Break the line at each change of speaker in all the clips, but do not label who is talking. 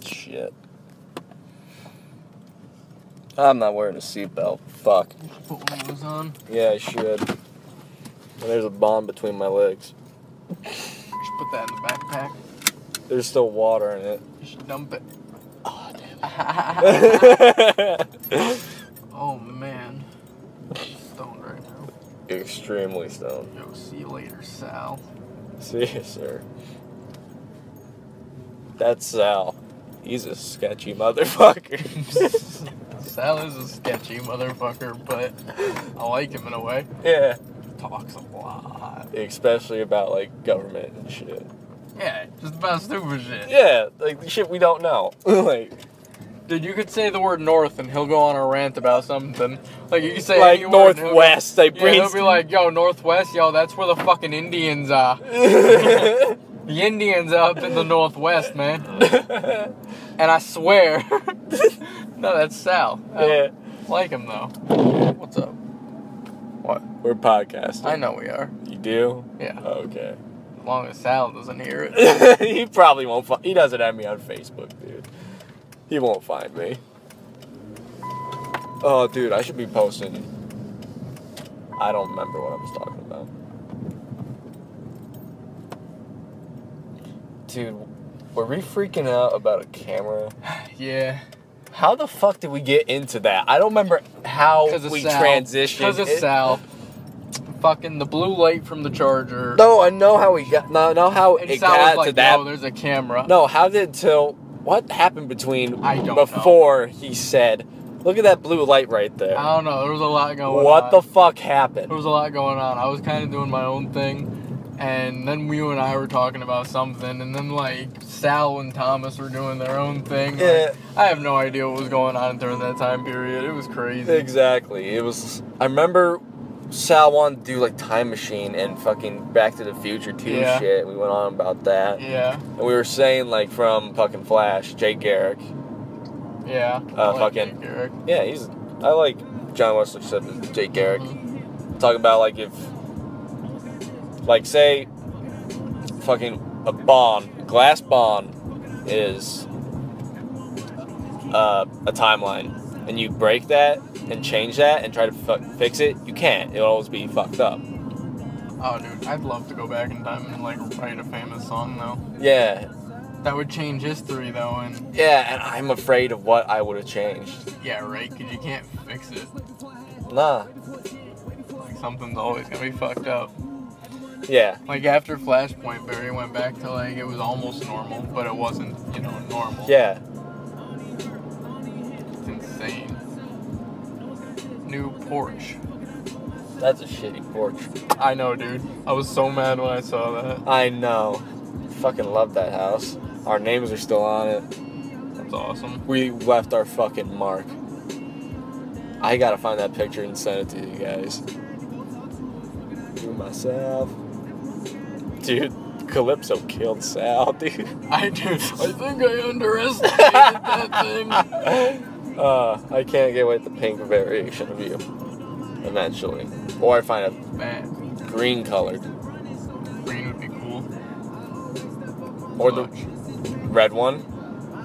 shit. I'm not wearing a seatbelt. Fuck.
Put one of those on.
Yeah, I should. And there's a bomb between my legs.
You should put that in the backpack.
There's still water in it.
You should dump it.
Oh, damn.
Oh man. Stoned right now.
Extremely stoned.
Yo, see you later, Sal.
See you, sir. That's Sal. He's a sketchy motherfucker.
Sal is a sketchy motherfucker, but I like him in a way.
yeah.
Talks a lot.
Especially about, like, government and shit.
Yeah, just about stupid shit.
Yeah, like, the shit we don't know. like,
Dude, you could say the word north and he'll go on a rant about something. Like you could say
like
any word and he'll go-
Northwest. They
Yeah,
bring.
he'll be like, yo, northwest, yo, that's where the fucking Indians are. The Indians are up in the northwest, man. And I swear, no, that's Sal. I
yeah.
like him though. What's up? What?
We're podcasting.
I know we are.
You do? Oh,
Yeah.
Okay.
As long as Sal doesn't hear it.
he probably won't. Fi- he doesn't have me on Facebook, dude. He won't find me. Oh, dude, I should be posting. I don't remember what I was talking about. Dude, were we freaking out about a camera?
Yeah.
How the fuck did we get into that? I don't remember how
Because of
we
Sal.
transitioned.
Because of
It-
Sal. Fucking the blue light from the charger.
No, I know how we got. No, I know how
And
it
Sal
got
was
to
like,
that.
no, there's a camera.
No, how did till what happened between
I don't know.
before he said, "Look at that blue light right there."
I don't know. There was a lot going on.
What the fuck
There
happened?
was a lot going on. I was kind of doing my own thing, and then we and I were talking about something, and then like Sal and Thomas were doing their own thing. Like,
Yeah.
I have no idea what was going on during that time period. It was crazy.
Exactly. It was. I remember Sal wanted to do like time machine and fucking Back to the Future two
Yeah.
shit. We went on about that,
Yeah,
and we were saying like from fucking Flash, Jake Garrick.
yeah.
Uh,
I
fucking-
Jake Garrick.
Yeah, he's. I like John Wesley said to Jake
Mm-hmm.
Garrick. Talking about like if, like say, fucking a bond, glass bond, is uh, a timeline, and you break that and change that and try to fu- fix it, you can't. It'll always be fucked up.
Oh, dude, I'd love to go back in time and like write a famous song though.
Yeah,
That would change history though, and
yeah, and I'm afraid of what I would have changed.
yeah, right? Because you can't fix it.
Nah.
Like something's always gonna be fucked up.
Yeah.
Like after Flashpoint, Barry went back to like it was almost normal, but it wasn't, you know, normal.
Yeah.
It's insane. New porch.
That's a shitty porch.
I know, dude. I was so mad when I saw that.
I know. Fucking love that house. Our names are still on it.
That's awesome.
We left our fucking mark. I gotta find that picture and send it to you guys. Do myself. Dude, Calypso killed Sal, dude.
I do. I think I underestimated that thing.
Uh, I can't get with the pink variation of you. Eventually. Or I find
Man,
a green colored.
green would be cool.
Or the
Much.
red one.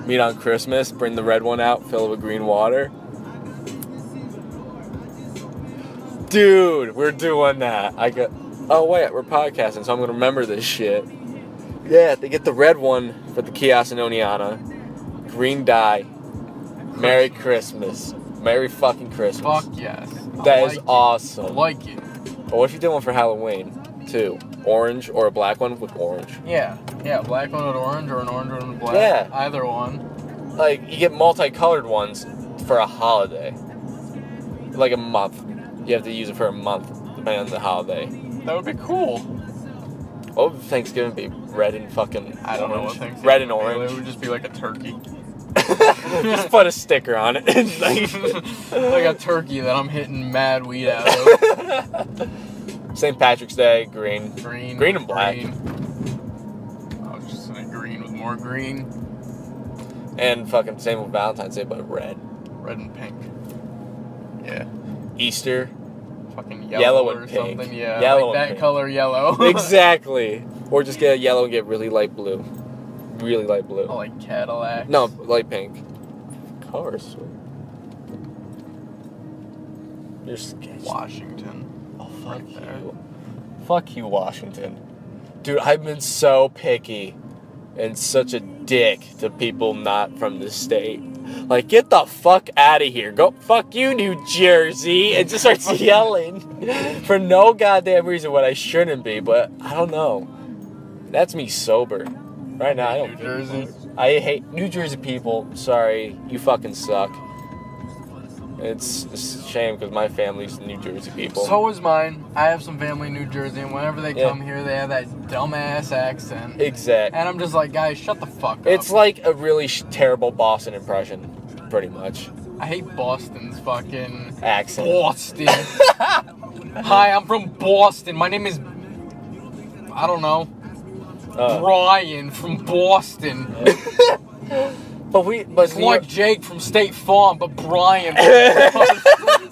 Meet on Christmas, bring the red one out, fill it with green water. Dude, we're doing that. I got. Oh wait, we're podcasting, so I'm gonna remember this shit. Yeah, they get the red one for the kiosk in Oneana. Green dye. Merry Christmas. Merry fucking Christmas.
Fuck yes.
That
I
is
like
awesome.
It. I like it.
But what if you did one for Halloween too? Orange or a black one with orange.
Yeah. Yeah. Black one and orange, or an orange one and black.
Yeah.
Either one.
like you get multicolored ones for a holiday like a month you have to use it for a month depending on the holiday
That would be cool.
what would thanksgiving be red and fucking
I don't know what
orange?
things.
red and
It
orange
would just be like a turkey.
just put a sticker on it
like a turkey that I'm hitting mad weed out of.
st patrick's day green
Green.
Green and black.
I was just saying green with more green,
and fucking same with valentine's day but red
red and pink. Yeah.
easter
Fucking yellow,
Yellow
or
and pink.
something. Yeah.
Yellow and
like that
pink.
color yellow.
exactly or just get a yellow and get really light blue really light blue.
I like Cadillacs.
No, light pink. Cars. You're sketchy.
Washington.
Oh,
Right
fuck
there.
you. Fuck you, Washington. Dude, I've been so picky and such a dick to people not from the state. Like, get the fuck out of here. Go fuck you, New Jersey. And just starts yelling for no goddamn reason when I shouldn't be, but I don't know. That's me sober. Right now, I don't
New
give a
Jersey.
fuck. I hate New Jersey people. Sorry, you fucking suck. It's, it's a shame because my family's New Jersey people.
So is mine. I have some family in New Jersey, and whenever they
Yeah.
come here, they have that dumbass accent.
Exactly.
and I'm just like, guys, shut the fuck up.
It's like a really sh- terrible Boston impression, pretty much.
I hate Boston's fucking
Accent.
Boston. Hi, I'm from Boston. My name is I don't know
Uh,
Brian from Boston.
but we, but
It's
New York-
like Jake from State Farm, but Brian. From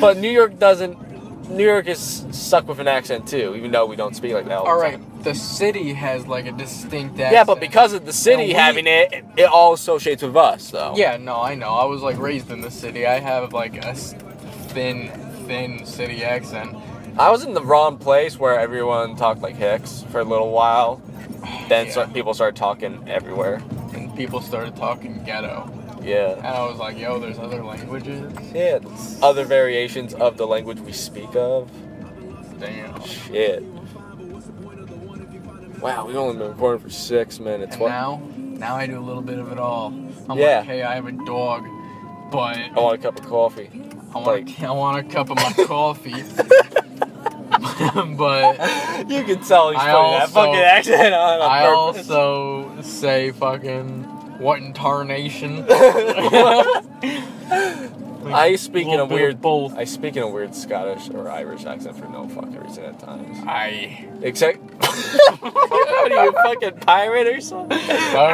but New York doesn't. New York is stuck with an accent too, even though we don't speak like that. All, the
all right,
time.
the city has like a distinct accent.
Yeah, but because of the city
And we-
having it, it, it all associates with us, though.
yeah, no, I know. I was like raised in the city. I have like a s- thin, thin city accent.
I was in the wrong place where everyone talked like Hicks for a little while. Then
Yeah.
start- people started talking everywhere.
and people started talking ghetto. And
Yeah.
I was like, yo, there's other languages?
Yeah. Other variations of the language we speak of.
Damn.
Shit. Wow, we've only been recording for six minutes.
And
What-
now, now I do a little bit of it all. I'm
Yeah.
like, hey, I have a dog, but I
I want a cup of coffee.
want,
like-
a, I want a cup of my coffee. but
You can tell he's putting
I
that
also-
fucking accent on. on
I
purpose.
also say fucking, what in tarnation?
I speaking
Little
of
bit
weird.
both.
I speak in a weird Scottish or Irish accent for no fucking reason at times.
I.
Except. what are you, a fucking pirate or something?
Arr,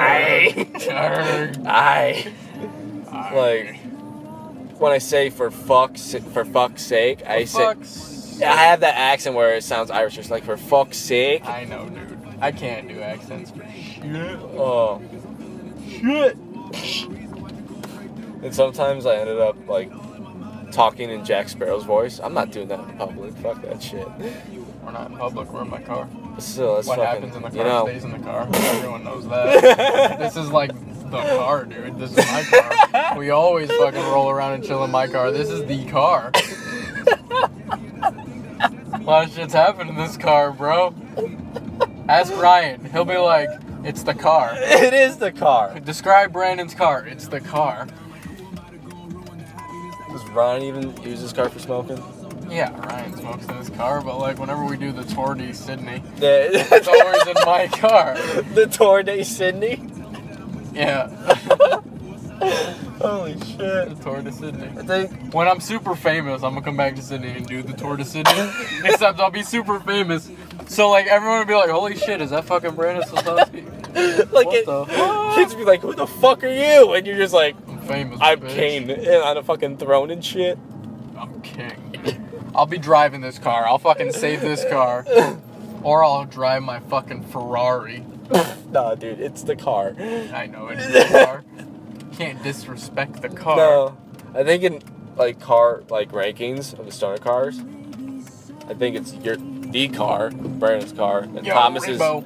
arr,
I.
arr.
Like. When I say for fuck's, for fuck's sake, I say.
Fuck's-
I have that accent where it sounds Irish. It's like for fuck's sake.
I know, dude. I can't do accents for shit.
Oh.
Shit.
And sometimes I ended up like talking in Jack Sparrow's voice. I'm not doing that in public. Fuck that shit.
We're not in public. We're in my car.
But still, that's
what
fucking.
happens in the car
you know.
stays in the car. Everyone knows that. this is like the car, dude. This is my car. We always fucking roll around and chill in my car. This is the car. A lot of shit's happened in this car, bro. Ask Ryan. He'll be like, it's the car.
it is the car.
Describe Brandon's car. It's the car.
Does Ron even use his car for smoking?
Yeah, Ryan smokes in his car, but like whenever we do the tour de Sydney, it's
The,
always in my car.
the tour day Sydney.
Yeah,
Holy shit.
the tour de Sydney.
I think
When I'm super famous, I'm gonna come back to Sydney and do the tour to Sydney. Except I'll be super famous. So like everyone will be like, holy shit, is that fucking Brandon Sosowski?
like
What
it,
the fuck?
kids be like, "Who the fuck are you?" And you're just like,
I'm famous.
"I'm
bitch.
Kane and on a fucking throne and shit."
I'm king. I'll be driving this car. I'll fucking save this car. Or I'll drive my fucking Ferrari.
Nah, dude, it's the car.
I know it's the car. Can't disrespect the car.
No, I think in like car like rankings of the stoner cars, I think it's your the car, Brandon's car, and
Yo,
Thomas's.
Rainbow,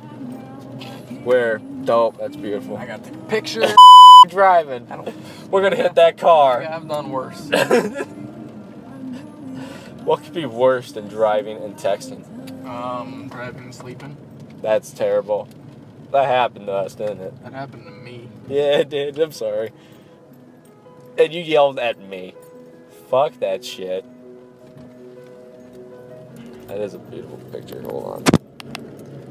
Where dope, that's beautiful.
I got the picture.
driving.
I don't.
We're gonna hit that car.
Yeah, I've done worse.
What could be worse than driving and texting?
Um, driving and sleeping.
That's terrible. That happened to us, didn't it?
That happened to me.
Yeah, it did. I'm sorry. And you yelled at me. Fuck that shit. That is a beautiful picture. Hold on.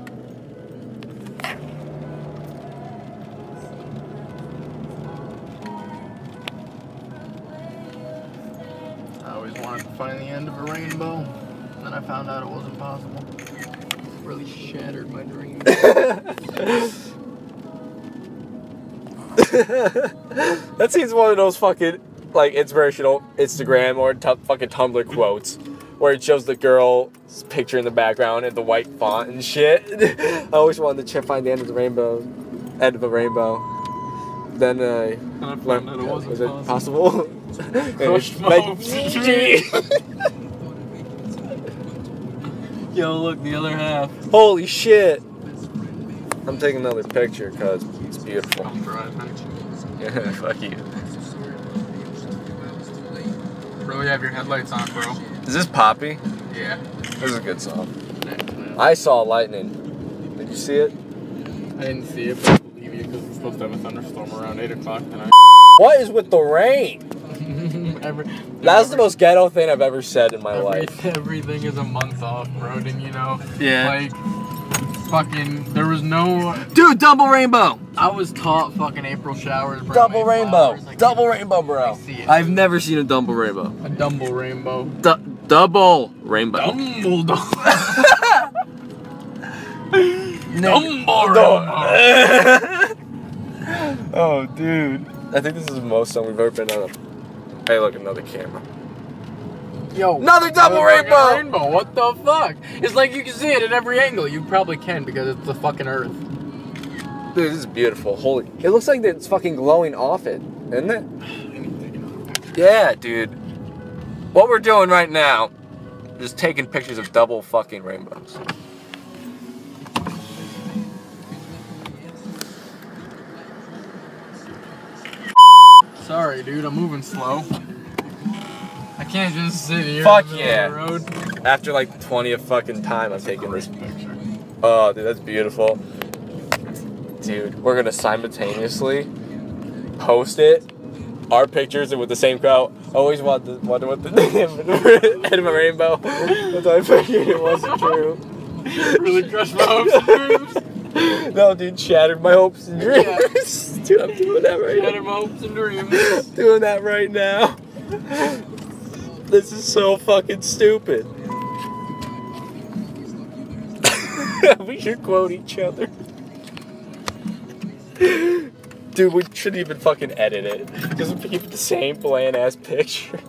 I always wanted to find the end of a rainbow. and Then I found out it wasn't possible. Really shattered my dream.
that seems one of those fucking like inspirational Instagram or tu- fucking Tumblr quotes where it shows the girl's picture in the background and the white font and shit. I always wanted to ch- find the end of the rainbow, end of a rainbow. Then uh,
And I found
learned-
out it wasn't
was
possible.
it possible?
Crushed
Like,
mouths.
gee.
Yo, look, the other half.
Holy shit! I'm taking another picture because it's beautiful. Yeah, fuck you.
Bro, you have your headlights on, bro.
Is this Poppy?
Yeah.
This is a good song.
I
I saw lightning. Did you see it?
didn't see it, but I believe you because we're supposed to have a thunderstorm around 8 o'clock tonight.
What is with the rain?
Every,
That's the most ghetto thing I've ever said in my
every-
life.
Everything is a month off, bro. Didn't you know?
Yeah.
Like, fucking, there was no.
Dude, double rainbow!
I was taught fucking April showers. bring
Double
May
rainbow!
flowers, like,
Double rainbow, bro!
see it.
I've never seen a double rainbow.
A dumble rainbow.
Du- double rainbow.
Dumbledore. Dumbledore.
oh, dude. I think this is the most time we've ever been on a. Hey, look, another camera.
Yo,
Another double
fucking
rainbow!
rainbow. What the fuck? It's like you can see it at every angle. You probably can because it's the fucking Earth.
Dude, this is beautiful. Holy. It looks like it's fucking glowing off it, isn't it? Yeah, dude. What we're doing right now is taking pictures of double fucking rainbows.
Sorry, dude. I'm moving slow. I can't just sit here.
Fuck
in the middle
yeah.
Of the road.
After like 20th fucking time, I'm taking this.
picture.
Oh, dude, that's beautiful. Dude, we're gonna simultaneously post it, our pictures, and with the same crowd. Always want the wonder what the end of a rainbow. That's why I figured it wasn't true.
really crushed my hopes and dreams.
No, dude, shattered my hopes and dreams. Dude, I'm doing that right now.
Shattered my hopes and dreams.
doing that right now. This is so fucking stupid. we should quote each other. Dude, we shouldn't even fucking edit it. Just keep the same bland ass picture.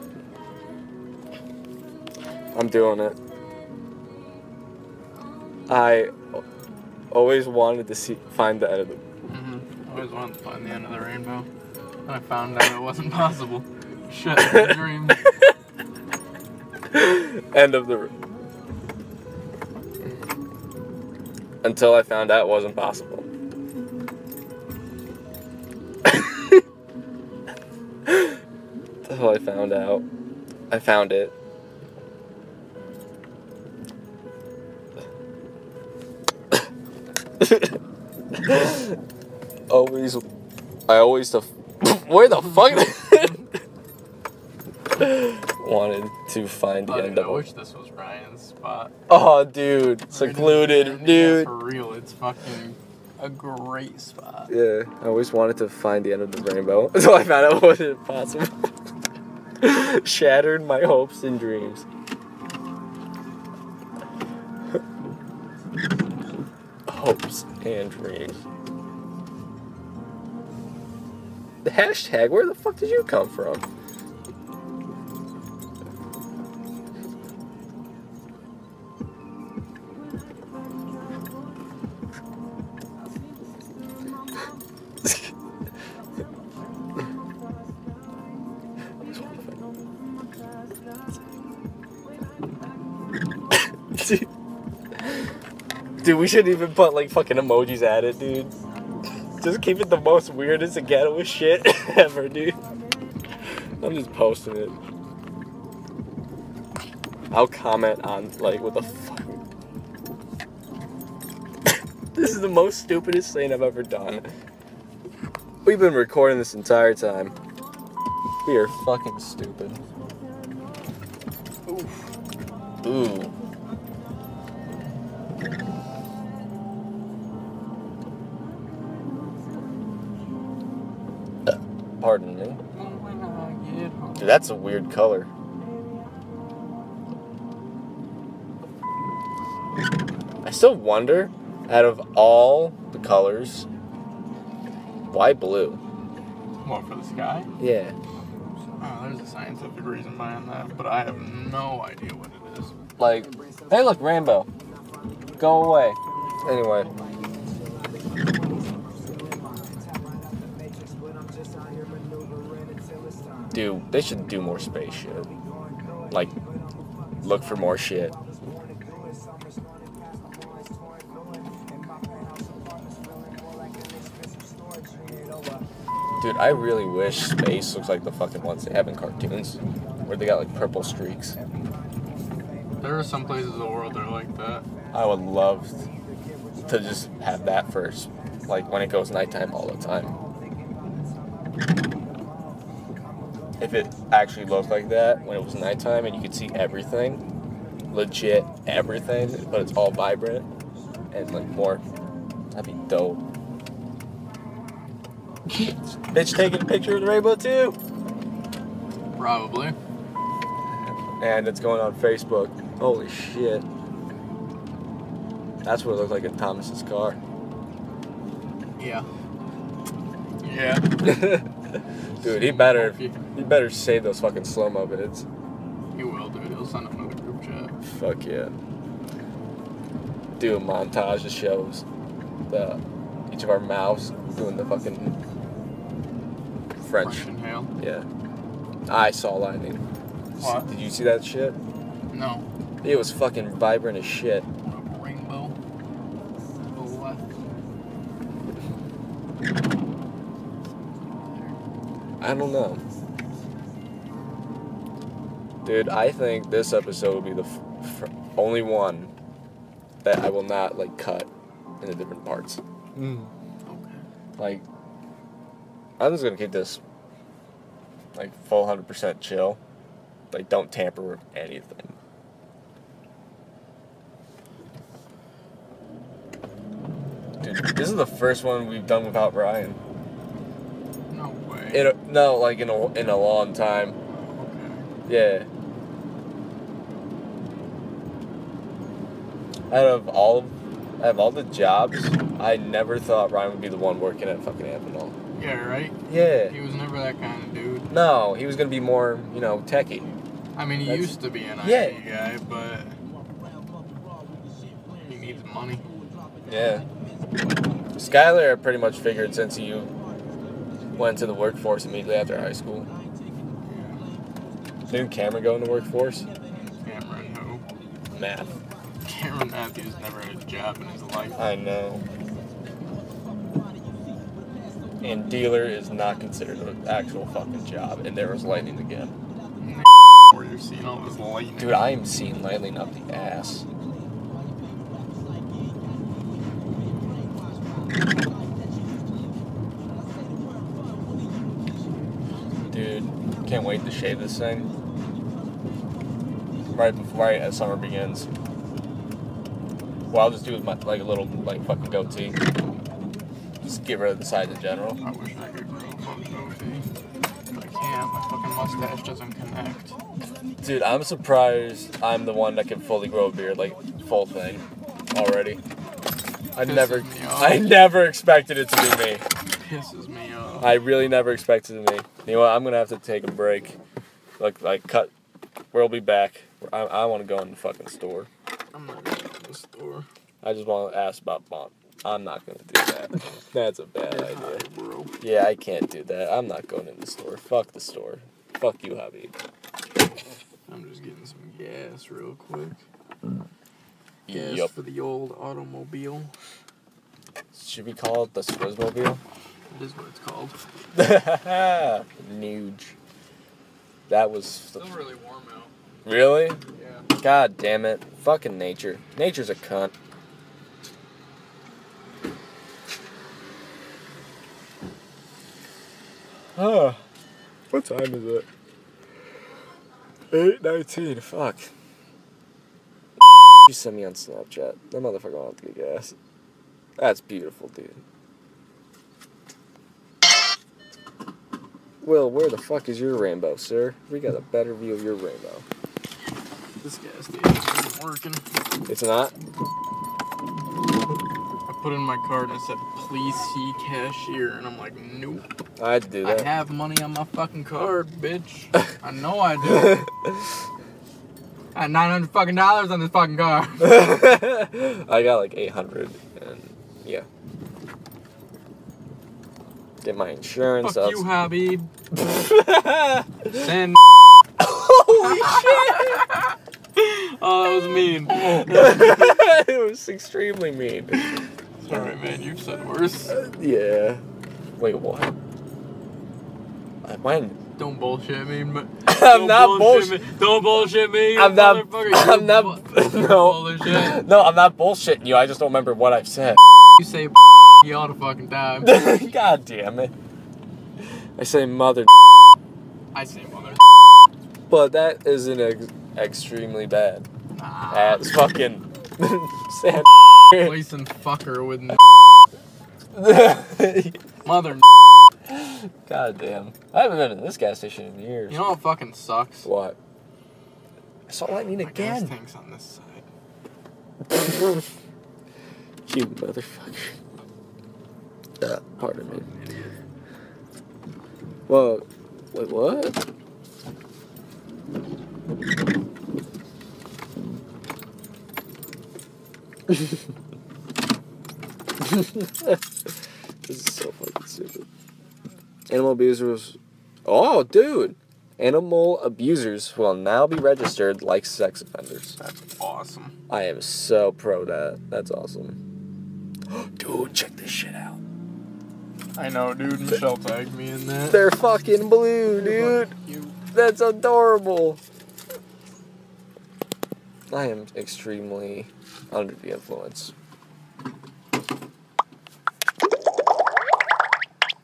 I'm doing it. I always wanted to see find the edit.
Mhm. I always wanted to find the end of the rainbow. And I found out it wasn't possible. Shut my dreams.
End of the Until I found out it wasn't possible. Until I found out. I found it. always. I always. The, where the fuck? wanted to find the
Oh,
end
dude, I
of it.
wish this was Ryan's spot.
Oh, dude, secluded,
Yeah,
dude.
for real, it's fucking a great spot.
Yeah, I always wanted to find the end of the rainbow, so I found out it wasn't possible. Shattered my hopes and dreams. hopes and dreams. The hashtag, where the fuck did you come from? dude, Dude, we shouldn't even put like fucking emojis at it, dude. Just keep it the most weirdest and ghettoest shit ever, dude. I'm just posting it. I'll comment on like what the fuck. this is the most stupidest thing I've ever done. We've been recording this entire time. We are fucking stupid. Ooh. Ooh. Pardon me. Dude, that's a weird color. I still wonder, out of all the colors, why blue?
More for the sky?
Yeah.
Oh, there's a scientific reason behind that, but I have no idea what it is.
Like, hey, look, Rambo. Go away. Anyway, do they should do more space shit. Like, look for more shit. Dude, I really wish space looks like the fucking ones they have in cartoons, where they got like purple streaks.
There are some places in the world that are like that.
I would love to just have that first, like when it goes nighttime all the time. If it actually looked like that when it was nighttime and you could see everything, legit everything, but it's all vibrant and like more, that'd be dope. Bitch taking a picture of the rainbow too,
Probably.
and it's going on Facebook. Holy shit! That's what it looked like in Thomas's car.
Yeah. Yeah.
Dude, he better he better save those fucking slow mo vids.
He will, dude. He'll send them in the group chat.
Fuck yeah. Do a montage that shows the each of our mouths doing the fucking French.
Fresh inhale.
Yeah. I saw lightning.
What?
Did you see that shit?
No.
It was fucking vibrant as shit.
Rainbow. Oh,
I don't know. Dude, I think this episode will be the f- f- only one that I will not like cut into different parts.
Okay.
Like, I'm just gonna keep this like full hundred percent chill. Like, don't tamper with anything. Dude, this is the first one we've done without Ryan.
No way.
In a, no, like in a in a long time.
okay.
Yeah. Out of all, out of all the jobs, I never thought Ryan would be the one working at fucking Amphenol.
Yeah, right?
Yeah.
He was never that kind of dude.
No, he was gonna be more, you know, techie.
I mean, he
That's-
used to be an IT
Yeah.
guy, but he needs money.
Yeah. Skylar pretty much figured since you went to the workforce immediately after high school. Didn't Cameron go into workforce?
Cameron, who?
Math.
Cameron Matthews never had a job in his life.
I know. And dealer is not considered an actual fucking job. And there was lightning again.
Where you're seeing all this lightning.
Dude, I am seeing lightning up the ass. Dude, can't wait to shave this thing. Right before, right as summer begins. What I'll just do with my like a little like fucking goatee. Just get rid of the sides in general.
I wish I could grow a fucking goatee. But I can't. My fucking mustache doesn't connect.
Dude, I'm surprised I'm the one that can fully grow a beard, like full thing, already. I
Pisses
never,
me off.
I never expected it to be me.
Pisses me off.
I really never expected it to be. You know what? I'm gonna have to take a break. Like, like cut. We'll be back. I, I want to go in the fucking store.
I'm not going to the store.
I just want to ask about Bond. I'm not gonna do that. That's a bad idea.
Bro.
Yeah, I can't do that. I'm not going in the store. Fuck the store. Fuck you, hubby.
I'm just getting some gas real quick. Gas
Yup.
for the old automobile.
Should we call it the Squizzmobile?
That is what it's called.
Nuge. That was
Still really warm out.
really.
Yeah.
God damn it! Fucking nature. Nature's a cunt. Ah, what time is it? Eight nineteen. Fuck. You sent me on Snapchat. That motherfucker wants to get gas. That's beautiful, dude. Will, where the fuck is your rainbow, sir? We got a better view of your rainbow.
This gas station isn't working.
It's not.
I put in my card and it said please see cashier? And I'm like, nope.
I had to do
I
that.
have money on my fucking card, bitch. I know I do. I had 900 fucking dollars on this fucking car.
I got like 800 and yeah. Did my insurance.
Fuck
I
you,
was-
Habib. Send.
Holy shit!
Oh, that was mean.
it was extremely mean.
Sorry, man. You've said worse.
Yeah. Wait, what? I when?
Don't bullshit me. but-
I'm
don't
not
bullshit. me. Don't bullshit me. you
I'm not.
motherfucker, you
I'm not.
bu-
No.
Holy shit.
No, I'm not bullshitting you. I just don't remember what I've said.
You say you all the fucking time.
God damn it. I say mother,
I say mother.
but that isn't ex- extremely bad.
Nah.
That's fucking sad.
Placing fucker with n- mother. n-
God damn. I haven't been to this gas station in years.
You know what fucking sucks?
what? I saw lightning
My gas
again.
tank's on this side.
you motherfucker. Uh, pardon me. Well, wait, what? this is so fucking stupid. Animal abusers. Oh, dude! Animal abusers will now be registered like sex offenders.
That's awesome.
I am so pro that. That's awesome. Dude, check this shit out.
I know, dude. Michelle tagged me in that.
They're fucking blue, dude.
You.
That's adorable. I am extremely under the influence.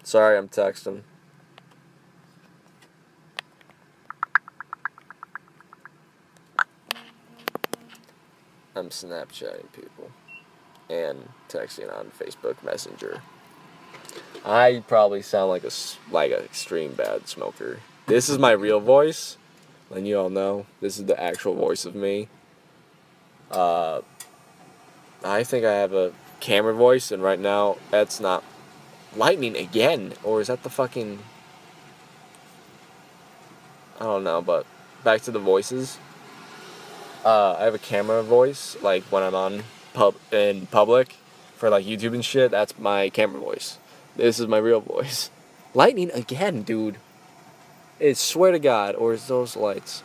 Sorry, I'm texting. I'm Snapchatting people and texting on Facebook Messenger. I probably sound like a s- like an extreme bad smoker. This is my real voice, and you all know this is the actual voice of me. Uh, I think I have a camera voice, and right now that's not lightning again, or is that the fucking? I don't know, but back to the voices. Uh, I have a camera voice, like when I'm on pub in public, for like YouTube and shit. That's my camera voice. This is my real voice. Lightning again, dude. It's swear to God, or it's those lights.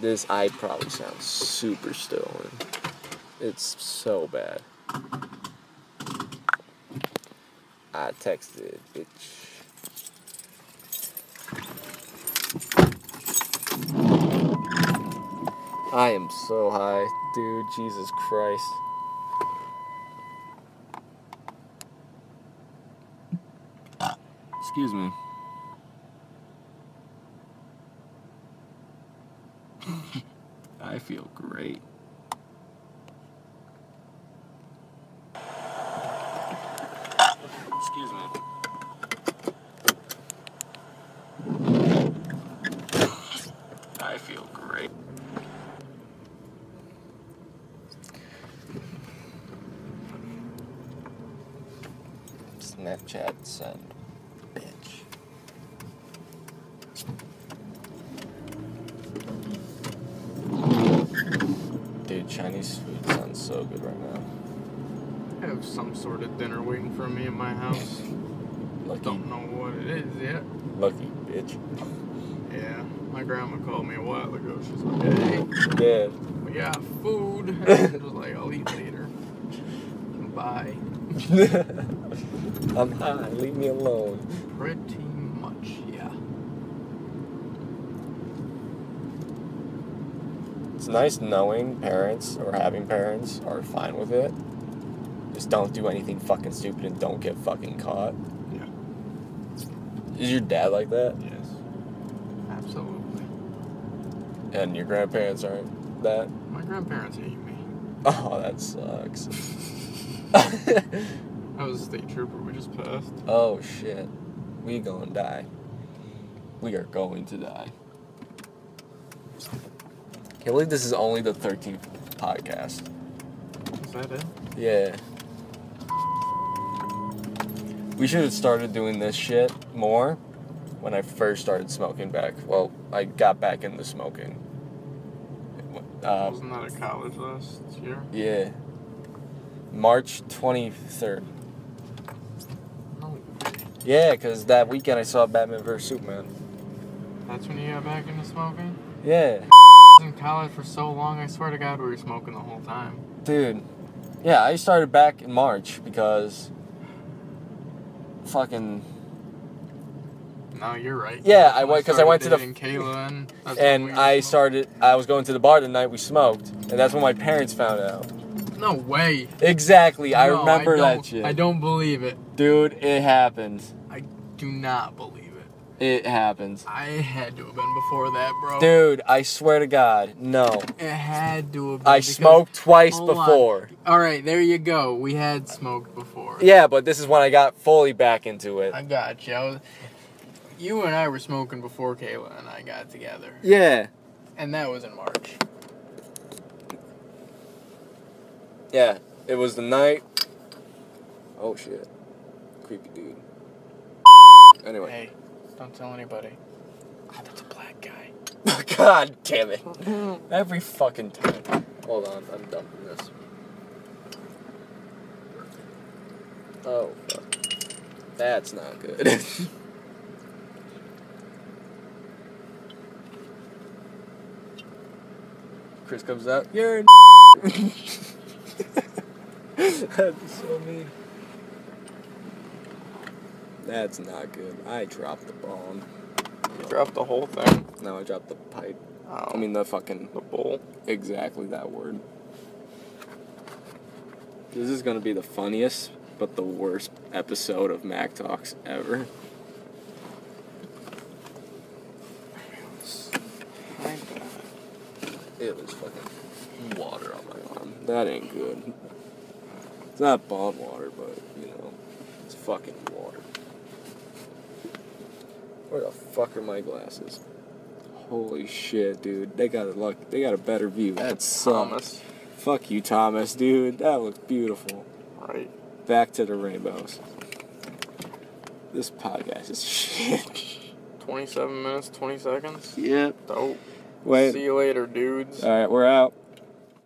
This I probably sound super stolen. It's so bad. I texted, bitch. I am so high, dude. Jesus Christ. Excuse me.
I feel great.
Excuse me.
I feel great.
Snapchat send. Bitch. Dude, Chinese food sounds so good right now.
I have some sort of dinner waiting for me in my house.
Lucky,
Don't know what it is yet.
lucky bitch.
Yeah, my grandma called me a while ago. She's like, hey,
Yeah.
we got food. I was like, I'll eat later. Bye.
I'm high. Leave me alone.
Pretty much, yeah.
It's nice knowing parents or having parents are fine with it. Just don't do anything fucking stupid and don't get fucking caught.
Yeah.
Is your dad like that?
Yes. Absolutely.
And your grandparents aren't that?
My grandparents hate me.
Oh, that sucks.
I was a state trooper. We just passed.
oh shit. We gonna die. We are going to die. Can't believe this is only the 13th podcast.
Is that it?
Yeah. We should have started doing this shit more when I first started smoking back. Well, I got back into smoking. Um,
Wasn't that at college last year?
yeah. March 23rd.
No,
Yeah, because that weekend I saw Batman vs. Superman.
that's when you got back into smoking.
Yeah.
I was in college for so long. I swear to God, we were smoking the whole time.
Dude. Yeah, I started back in March because. Fucking.
No, you're right.
Yeah, I went- 'cause I went to the-
started dating Kayla and, that's when
And
we were
I
smoking.
started. I was going to the bar the night we smoked, and that's when my parents found out.
No way.
Exactly, I
No,
remember
don't-
that shit.
I don't believe it.
Dude, it happened.
Do not believe it.
It happened.
I had to have been before that, bro.
Dude, I swear to God, no.
It had to have been.
I
because-
smoked twice
hold on.
before.
All right, there you go. We had smoked before.
Yeah, but this is when I got fully back into it.
I got you. I was, you and I were smoking before Kayla and I got together,
Yeah.
and that was in March.
Yeah, it was the night. Oh shit. Creepy dude. Anyway.
Hey, don't tell anybody. Oh, that's a black guy.
God damn it. Every fucking time. Hold on, I'm dumping this. Oh, fuck. That's not good. Chris comes out, you're an That's so mean. That's not good. I dropped the bomb.
You dropped the whole thing.
No, I dropped the pipe.
Oh,
I mean, the fucking
the bowl.
exactly that word. This is gonna be the funniest, but the worst episode of Mac Talks ever. It was fucking water on my arm. That ain't good. It's not bomb water, but you know, it's fucking water. Where the fuck are my glasses? Holy shit, dude! They got a luck. They got a better view. That's
Thomas.
Fuck you, Thomas, dude. That looks beautiful.
Right.
Back to the rainbows. This podcast is shit.
27 minutes, 20 seconds.
yep.
Dope.
Wait.
See you later, dudes.
All right, we're out.